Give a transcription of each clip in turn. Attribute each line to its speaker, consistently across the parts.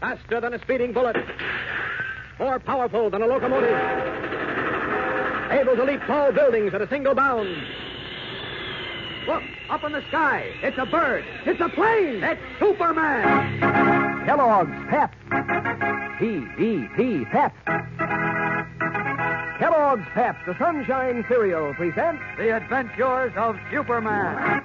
Speaker 1: Faster than a speeding bullet. More powerful than a locomotive. Able to leap tall buildings at a single bound. Look, up in the sky. It's a bird. It's a plane. It's Superman. Kellogg's Pep. P-E-P Pep. Kellogg's Pep, the Sunshine Cereal, presents The Adventures of Superman.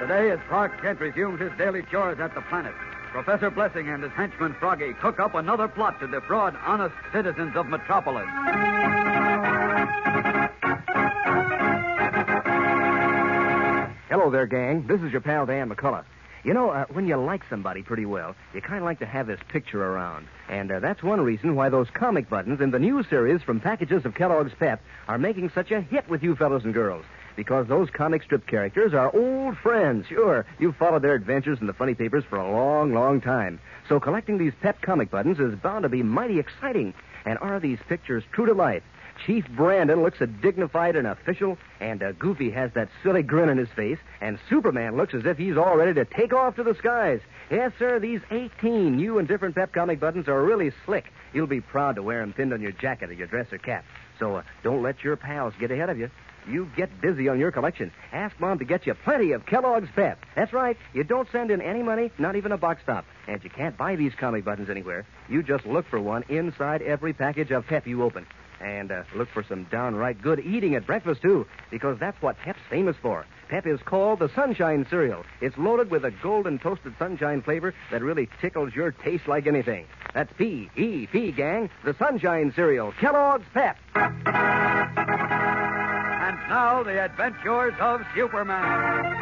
Speaker 1: Today, as Clark Kent resumes his daily chores at the planet, Professor Blessing and his henchman Froggy cook up another plot to defraud honest citizens of Metropolis.
Speaker 2: Hello there, gang. This is your pal Dan McCullough. You know, uh, when you like somebody pretty well, you kind of like to have this picture around. And uh, that's one reason why those comic buttons in the new series from packages of Kellogg's Pep are making such a hit with you fellows and girls. Because those comic strip characters are old friends, sure. You've followed their adventures in the funny papers for a long, long time. So collecting these Pep comic buttons is bound to be mighty exciting. And are these pictures true to life? Chief Brandon looks a dignified and official, and uh, Goofy has that silly grin on his face, and Superman looks as if he's all ready to take off to the skies. Yes, sir, these 18 new and different Pep Comic buttons are really slick. You'll be proud to wear 'em pinned on your jacket or your dress or cap. So uh, don't let your pals get ahead of you. You get busy on your collection. Ask Mom to get you plenty of Kellogg's Pep. That's right. You don't send in any money, not even a box top. And you can't buy these comic buttons anywhere. You just look for one inside every package of Pep you open. And uh, look for some downright good eating at breakfast, too, because that's what Pep's famous for. Pep is called the Sunshine Cereal. It's loaded with a golden toasted sunshine flavor that really tickles your taste like anything. That's P E P, gang. The Sunshine Cereal, Kellogg's Pep.
Speaker 1: And now, the adventures of Superman.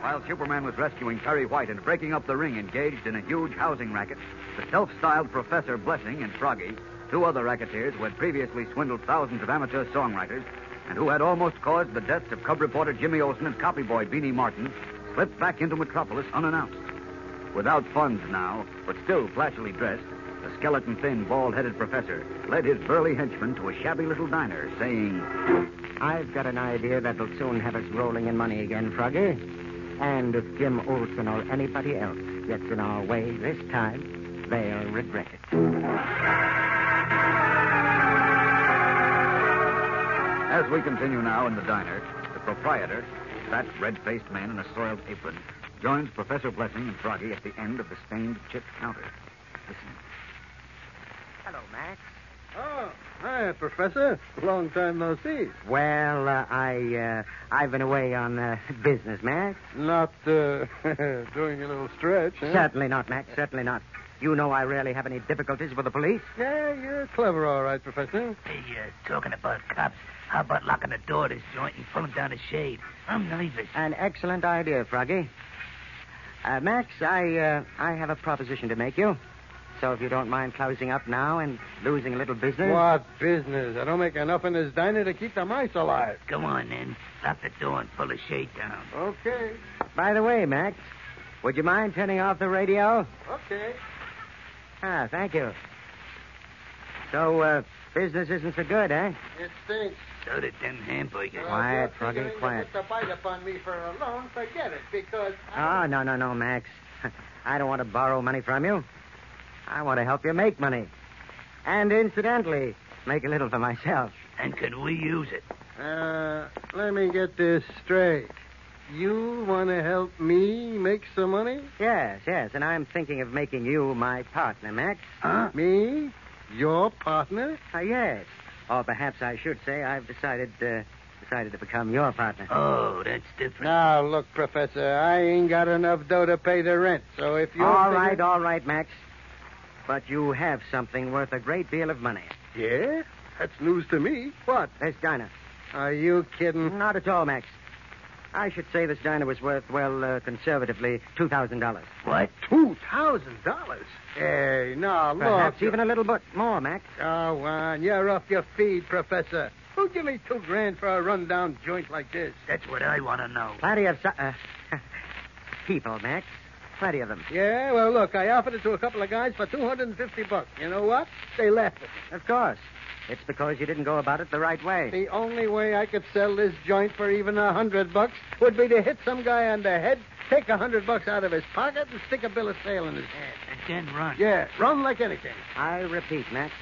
Speaker 1: While Superman was rescuing Perry White and breaking up the ring engaged in a huge housing racket, the self styled Professor Blessing and Froggy, two other racketeers who had previously swindled thousands of amateur songwriters and who had almost caused the deaths of cub reporter Jimmy Olsen and copyboy Beanie Martin, slipped back into Metropolis unannounced. Without funds now, but still flashily dressed, the skeleton thin, bald headed professor led his burly henchman to a shabby little diner, saying,
Speaker 3: I've got an idea that'll soon have us rolling in money again, Frogger. And if Jim Olsen or anybody else gets in our way this time, they'll regret it.
Speaker 1: As we continue now in the diner, the proprietor, a fat, red-faced man in a soiled apron, joins Professor Blessing and Froggy at the end of the stained chip counter. Listen.
Speaker 3: Hello, Max.
Speaker 4: Oh, hi, Professor. Long time no see.
Speaker 3: Well, uh, I, uh, I've been away on uh, business, Max.
Speaker 4: Not uh, doing a little stretch, huh?
Speaker 3: Certainly not, Max. Certainly not. You know I rarely have any difficulties with the police.
Speaker 4: Yeah, you're clever, all right, Professor.
Speaker 5: Hey, uh, talking about cops, how about locking the door to this joint and pulling down the shade? I'm nervous.
Speaker 3: An excellent idea, Froggy. Uh, Max, I, uh, I have a proposition to make you. So if you don't mind closing up now and losing a little business.
Speaker 4: What business? I don't make enough in this diner to keep the mice alive.
Speaker 5: Come on, then. Lock the door and pull the shade down.
Speaker 4: Okay,
Speaker 3: By the way, Max, would you mind turning off the radio?
Speaker 4: okay.
Speaker 3: Ah, thank you. So, uh, business isn't so good, eh?
Speaker 4: It stinks.
Speaker 5: So did them hamburgers.
Speaker 3: Quiet,
Speaker 4: If you're
Speaker 3: Froggy,
Speaker 4: figuring
Speaker 3: quiet.
Speaker 4: You get the bite upon me for a loan, forget it, because...
Speaker 3: Oh,
Speaker 4: I-
Speaker 3: no, no, no, Max. I don't want to borrow money from you. I want to help you make money. And incidentally, make a little for myself.
Speaker 5: And could we use it?
Speaker 4: Uh, let me get this straight. You want to help me make some money?
Speaker 3: Yes, yes, and I'm thinking of making you my partner, Max.
Speaker 4: Uh.
Speaker 5: Huh?
Speaker 4: Me? Your partner?
Speaker 3: Ah, yes. Or perhaps I should say I've decided, uh, decided to become your partner.
Speaker 5: Oh, that's different.
Speaker 4: Now, look, Professor, I ain't got enough dough to pay the rent, so if you...
Speaker 3: all right, all right, Max. But you have something worth a great deal of money.
Speaker 4: Yeah? That's news to me. What?
Speaker 2: This diner.
Speaker 4: Are you kidding?
Speaker 2: Not at all, Max. I should say this diner was worth, well, uh, conservatively, $2,000.
Speaker 3: What?
Speaker 4: Two thousand dollars? Hey, now look.
Speaker 2: Perhaps even a little bit more, Max.
Speaker 4: Go on, Oh, you're off your feed, Professor. Who give me two grand for a rundown joint like this?
Speaker 3: That's what I want to know.
Speaker 2: Plenty of... Su- uh, people, Max. Plenty of them.
Speaker 4: Yeah, well, look, I offered it to a couple of guys for 250 bucks. You know what? They left it.
Speaker 2: Of course. It's because you didn't go about it the right way.
Speaker 4: The only way I could sell this joint for even a hundred bucks would be to hit some guy on the head, take a hundred bucks out of his pocket, and stick a bill of sale in his hand.
Speaker 3: And then run.
Speaker 4: Yeah, run like anything.
Speaker 2: I repeat, Max,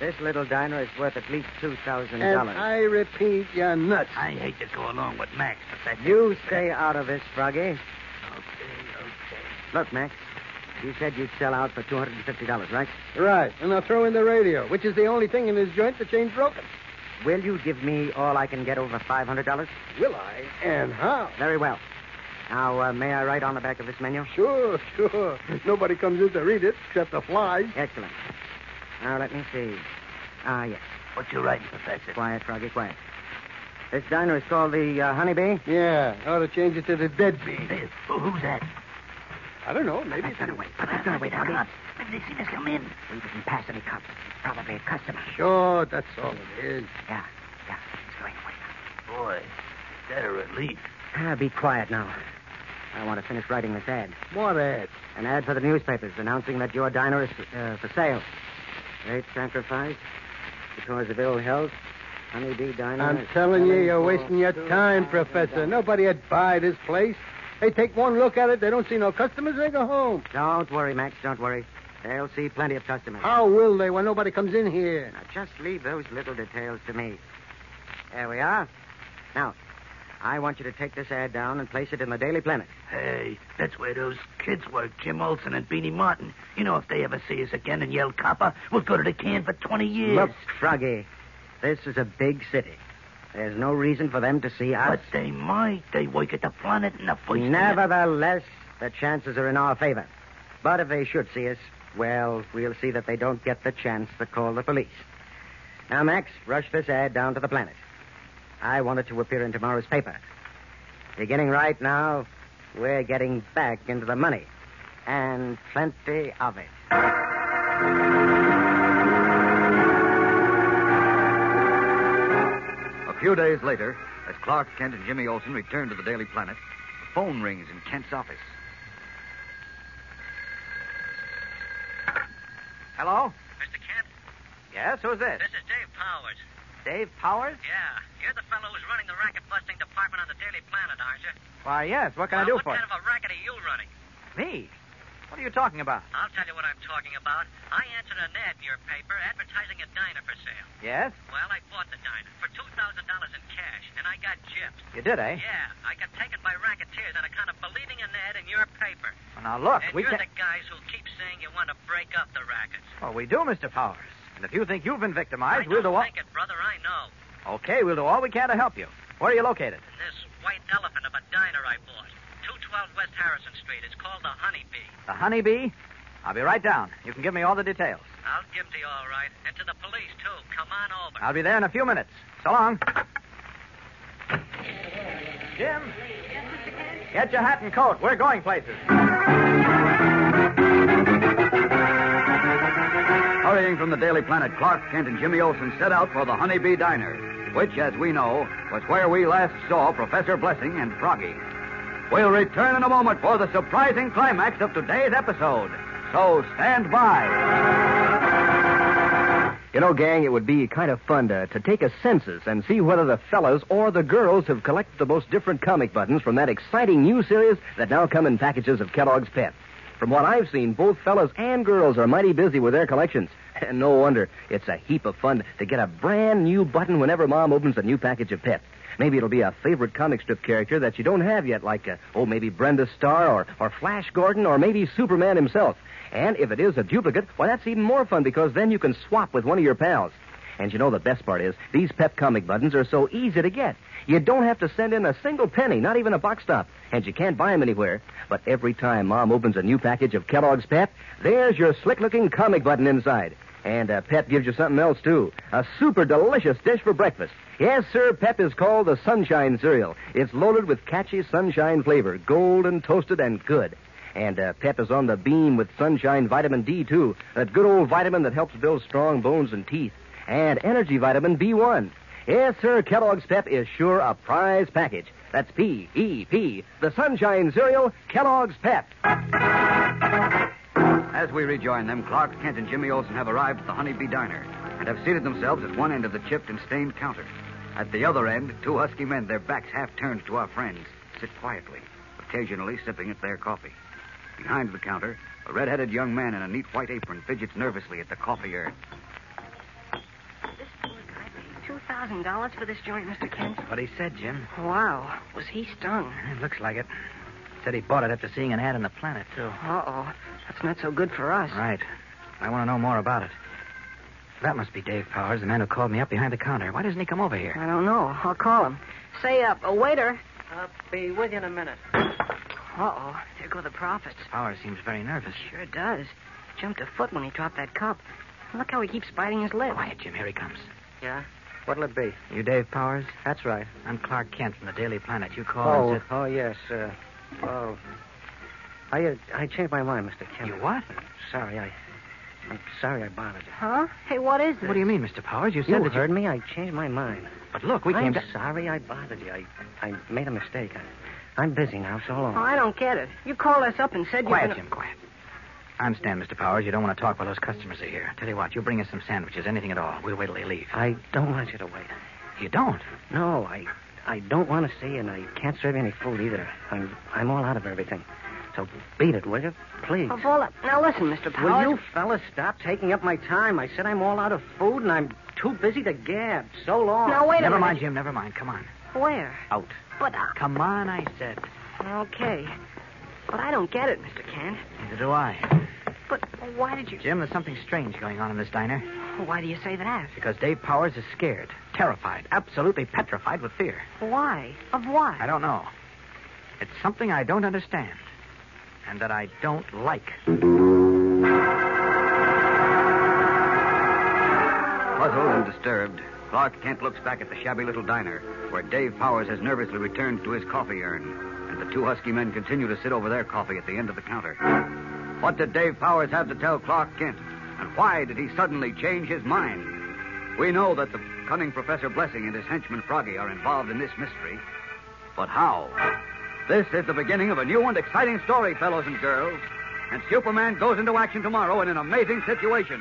Speaker 2: this little diner is worth at least $2,000.
Speaker 4: And I repeat, you're nuts.
Speaker 3: I hate to go along with Max, but that's
Speaker 2: You stay out of this, Froggy.
Speaker 3: Okay, okay.
Speaker 2: Look, Max, you said you'd sell out for $250, right?
Speaker 4: Right, and I'll throw in the radio, which is the only thing in this joint that ain't broken.
Speaker 2: Will you give me all I can get over $500?
Speaker 4: Will I? And how?
Speaker 2: Very well. Now, uh, may I write on the back of this menu?
Speaker 4: Sure, sure. Nobody comes in to read it except the flies.
Speaker 2: Excellent. Now, let me see. Ah, yes.
Speaker 3: What you writing, Professor?
Speaker 2: Quiet, Froggy, quiet. This diner is called the uh, Honeybee.
Speaker 4: Yeah, ought to change it to the deadbeat.
Speaker 3: Hey, who- who's that?
Speaker 4: I don't know, maybe
Speaker 2: I've
Speaker 4: it's
Speaker 2: got to wait. I've got to wait. Hurry up.
Speaker 3: Cops. Maybe they seen us come in.
Speaker 2: We didn't pass any cops. Probably a customer.
Speaker 4: Sure, that's all it is.
Speaker 2: Yeah, yeah. He's going away
Speaker 3: Boy, that a relief.
Speaker 2: now. Ah, be quiet now. I want to finish writing this ad.
Speaker 4: What ad?
Speaker 2: An ad for the newspapers announcing that your diner is uh, for sale. Great sacrifice because of ill health. Honeybee diner.
Speaker 4: I'm
Speaker 2: is
Speaker 4: telling you,
Speaker 2: selling
Speaker 4: you're
Speaker 2: for
Speaker 4: wasting your
Speaker 2: two
Speaker 4: time,
Speaker 2: thousand
Speaker 4: Professor.
Speaker 2: dollars.
Speaker 4: Nobody'd buy this place. They take one look at it, they don't see no customers, they go home.
Speaker 2: Don't worry, Max. Don't worry. They'll see plenty of customers.
Speaker 4: How will they when nobody comes in here?
Speaker 2: Now, just leave those little details to me. There we are. Now, I want you to take this ad down and place it in the Daily Planet.
Speaker 3: Hey, that's where those kids work, Jim Olson and Beanie Martin. You know, if they ever see us again and yell copper, we'll go to the can for 20 years.
Speaker 2: Look, Froggy, this is a big city. There's no reason for them to see us.
Speaker 3: But they might. They work at the planet and the voice.
Speaker 2: Nevertheless, the chances are in our favor. But if they should see us, well, we'll see that they don't get the chance to call the police. Now, Max, rush this ad down to the planet. I want it to appear in tomorrow's paper. Beginning right now, we're getting back into the money. And plenty of it.
Speaker 6: A few days later, as Clark Kent and Jimmy Olsen returned to the Daily Planet, the phone rings in Kent's office. Hello?
Speaker 7: Mr. Kent,
Speaker 6: Yes, who's this?
Speaker 7: this is Dave Powers.
Speaker 6: Dave Powers?
Speaker 7: Yeah, you're the fellow who's running the racket busting department on the Daily Planet, aren't you?
Speaker 6: Why, yes. What can
Speaker 7: well,
Speaker 6: I do
Speaker 7: Uh, what
Speaker 6: for
Speaker 7: kind of a racket are you running?
Speaker 6: you? Me? What are you talking about?
Speaker 7: I'll tell you what I'm talking about. I answered an ad in your paper advertising a diner for sale.
Speaker 6: Yes?
Speaker 7: Well, I bought the diner for two thousand dollars in cash, and I got gypped.
Speaker 6: You did, eh?
Speaker 7: Yeah, I got taken by racketeers on account of believing an ad in your paper.
Speaker 6: Well, now, look,
Speaker 7: and
Speaker 6: we
Speaker 7: you're
Speaker 6: can...
Speaker 7: the guys who keep saying you want to break up the rackets.
Speaker 6: Well, we do, Mr. Powers. And if you think you've been
Speaker 7: I
Speaker 6: victimized,
Speaker 7: don't
Speaker 6: we'll do all...
Speaker 7: think it, brother. I know.
Speaker 6: Okay, we'll do all we can to help you. Where are you located?
Speaker 7: And this white elephant of a diner I bought. 212 West Harrison Street. It's called the Honeybee.
Speaker 6: The Honeybee? I'll be right down. You can give me all the details.
Speaker 7: I'll give 'em to you all right. And to the police, too. Come on over.
Speaker 6: I'll be there in a few minutes. So long. Jim, get your hat and coat. We're going places.
Speaker 8: Hurrying from the Daily Planet, Clark Kent and Jimmy Olsen set out for the Honeybee Diner, which, as we know, was where we last saw Professor Blessing and Froggy. We'll return in a moment for the surprising climax of today's episode. So stand by.
Speaker 9: You know, gang, it would be kind of fun to, to take a census and see whether the fellas or the girls have collected the most different comic buttons from that exciting new series that now come in packages of Kellogg's Pep. From what I've seen, both fellas and girls are mighty busy with their collections. And no wonder. It's a heap of fun to get a brand new button whenever Mom opens a new package of Pep. Maybe it'll be a favorite comic strip character that you don't have yet, like, uh, oh, maybe Brenda Starr or, or Flash Gordon or maybe Superman himself. And if it is a duplicate, why, that's even more fun because then you can swap with one of your pals. And you know the best part is, these Pep comic buttons are so easy to get. You don't have to send in a single penny, not even a box stop. And you can't buy them anywhere. But every time Mom opens a new package of Kellogg's Pep, there's your slick looking comic button inside.
Speaker 4: And uh, Pep gives you something else, too. A super delicious dish for breakfast. Yes, sir, Pep is called the Sunshine Cereal. It's loaded with catchy sunshine flavor, golden, toasted, and good. And uh, Pep is on the beam with Sunshine Vitamin D, too. That good old vitamin that helps build strong bones and teeth. And Energy Vitamin B1. Yes, sir, Kellogg's Pep is sure a prize package. That's P E P, the Sunshine Cereal, Kellogg's Pep.
Speaker 2: As we rejoin them, Clark Kent and Jimmy Olsen have arrived at the Honeybee Diner and have seated themselves at one end of the chipped and stained counter. At the other end, two husky men, their backs half turned to our friends, sit quietly, occasionally sipping at their coffee. Behind the counter, a red-headed young man in a neat white apron fidgets nervously at the coffee urn.
Speaker 7: This poor guy paid two thousand dollars for this joint, Mr. Kent.
Speaker 3: What he said, Jim.
Speaker 7: Wow, was he stung?
Speaker 3: It looks like it. Said he bought it after seeing an ad in the Planet, too.
Speaker 7: Uh oh, that's not so good for us.
Speaker 3: Right. I want to know more about it. That must be Dave Powers, the man who called me up behind the counter. Why doesn't he come over here?
Speaker 7: I don't know. I'll call him. Say up, a waiter.
Speaker 10: I'll be with you in a minute.
Speaker 7: Uh oh, there go the profits.
Speaker 3: Powers seems very nervous.
Speaker 7: Sure does. Jumped a foot when he dropped that cup. Look how he keeps biting his lip.
Speaker 3: Quiet, Jim. Here he comes.
Speaker 10: Yeah? What'll it be?
Speaker 3: You Dave Powers?
Speaker 10: That's right.
Speaker 3: I'm Clark Kent from the Daily Planet. You called.
Speaker 10: Oh, oh yes. Uh, oh. I, uh, I changed my mind, Mr. Kent.
Speaker 3: You what?
Speaker 10: Sorry, I. I'm sorry I bothered you.
Speaker 7: Huh? Hey, what is this?
Speaker 3: What do you mean, Mr. Powers? You
Speaker 10: You
Speaker 3: said that
Speaker 10: heard me. I changed my mind.
Speaker 3: But look, we
Speaker 10: I'm
Speaker 3: came to...
Speaker 10: sorry I bothered you. I, I made a mistake. I, I'm busy now. So long.
Speaker 7: Oh, I don't get it. You called us up and said
Speaker 3: Quiet,
Speaker 7: you.
Speaker 3: Jim, quiet. I understand, Mr. Powers. You don't want to talk while those customers are here. Tell you what, you bring us some sandwiches, anything at all. We'll wait till they leave.
Speaker 10: I don't want you to wait.
Speaker 3: You don't?
Speaker 10: No, I I don't want to see, and I can't serve you any food either. I'm I'm all out of everything. So beat it, will you? Please.
Speaker 7: Of all that- Now listen, Mr.
Speaker 10: Will
Speaker 7: Powers.
Speaker 10: you fellas stop taking up my time? I said I'm all out of food, and I'm too busy to gab. So long.
Speaker 7: Now wait
Speaker 3: never
Speaker 7: a minute.
Speaker 3: mind, Jim, never mind. Come on.
Speaker 7: Where?
Speaker 3: Out.
Speaker 7: But uh, I...
Speaker 3: Come on, I said.
Speaker 7: Okay. But I don't get it, Mr. Kent.
Speaker 3: Neither do I.
Speaker 7: But why did you?
Speaker 3: Jim, there's something strange going on in this diner.
Speaker 7: Why do you say that?
Speaker 3: Because Dave Powers is scared, terrified, absolutely petrified with fear.
Speaker 7: Why? Of
Speaker 3: I
Speaker 7: what?
Speaker 3: don't know. It's something I don't understand. And that I don't like.
Speaker 2: Puzzled and disturbed, Clark Kent looks back at the shabby little diner where Dave Powers has nervously returned to his coffee urn, and the two husky men continue to sit over their coffee at the end of the counter. What did Dave Powers have to tell Clark Kent, and why did he suddenly change his mind? We know that the cunning Professor Blessing and his henchman Froggy are involved in this mystery, but how? This is the beginning of a new and exciting story, fellows and girls. And Superman goes into action tomorrow in an amazing situation.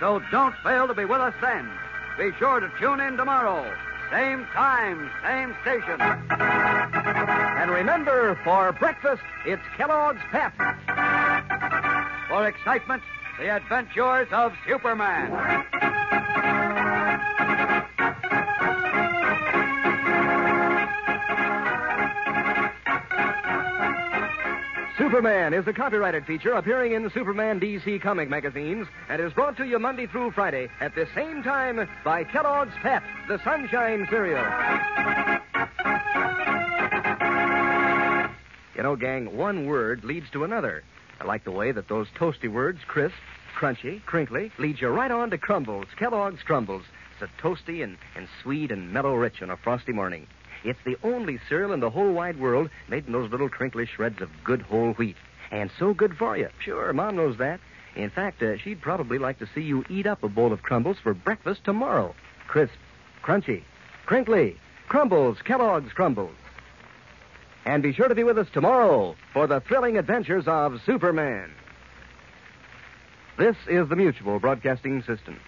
Speaker 2: So don't fail to be with us then. Be sure to tune in tomorrow. Same time, same station.
Speaker 4: And remember, for breakfast, it's Kellogg's Pep.
Speaker 2: For excitement, the adventures of Superman.
Speaker 4: Superman is a copyrighted feature appearing in Superman DC comic magazines and is brought to you Monday through Friday at the same time by Kellogg's Pep, the Sunshine Cereal. You know, gang, one word leads to another. I like the way that those toasty words, crisp, crunchy, crinkly, lead you right on to crumbles, Kellogg's crumbles. So toasty and, and sweet and mellow rich on a frosty morning. It's the only cereal in the whole wide world made from those little crinkly shreds of good whole wheat. And so good for you. Sure, Mom knows that. In fact, uh, she'd probably like to see you eat up a bowl of crumbles for breakfast tomorrow. Crisp, crunchy, crinkly, crumbles, Kellogg's crumbles. And be sure to be with us tomorrow for the thrilling adventures of Superman. This is the Mutual Broadcasting System.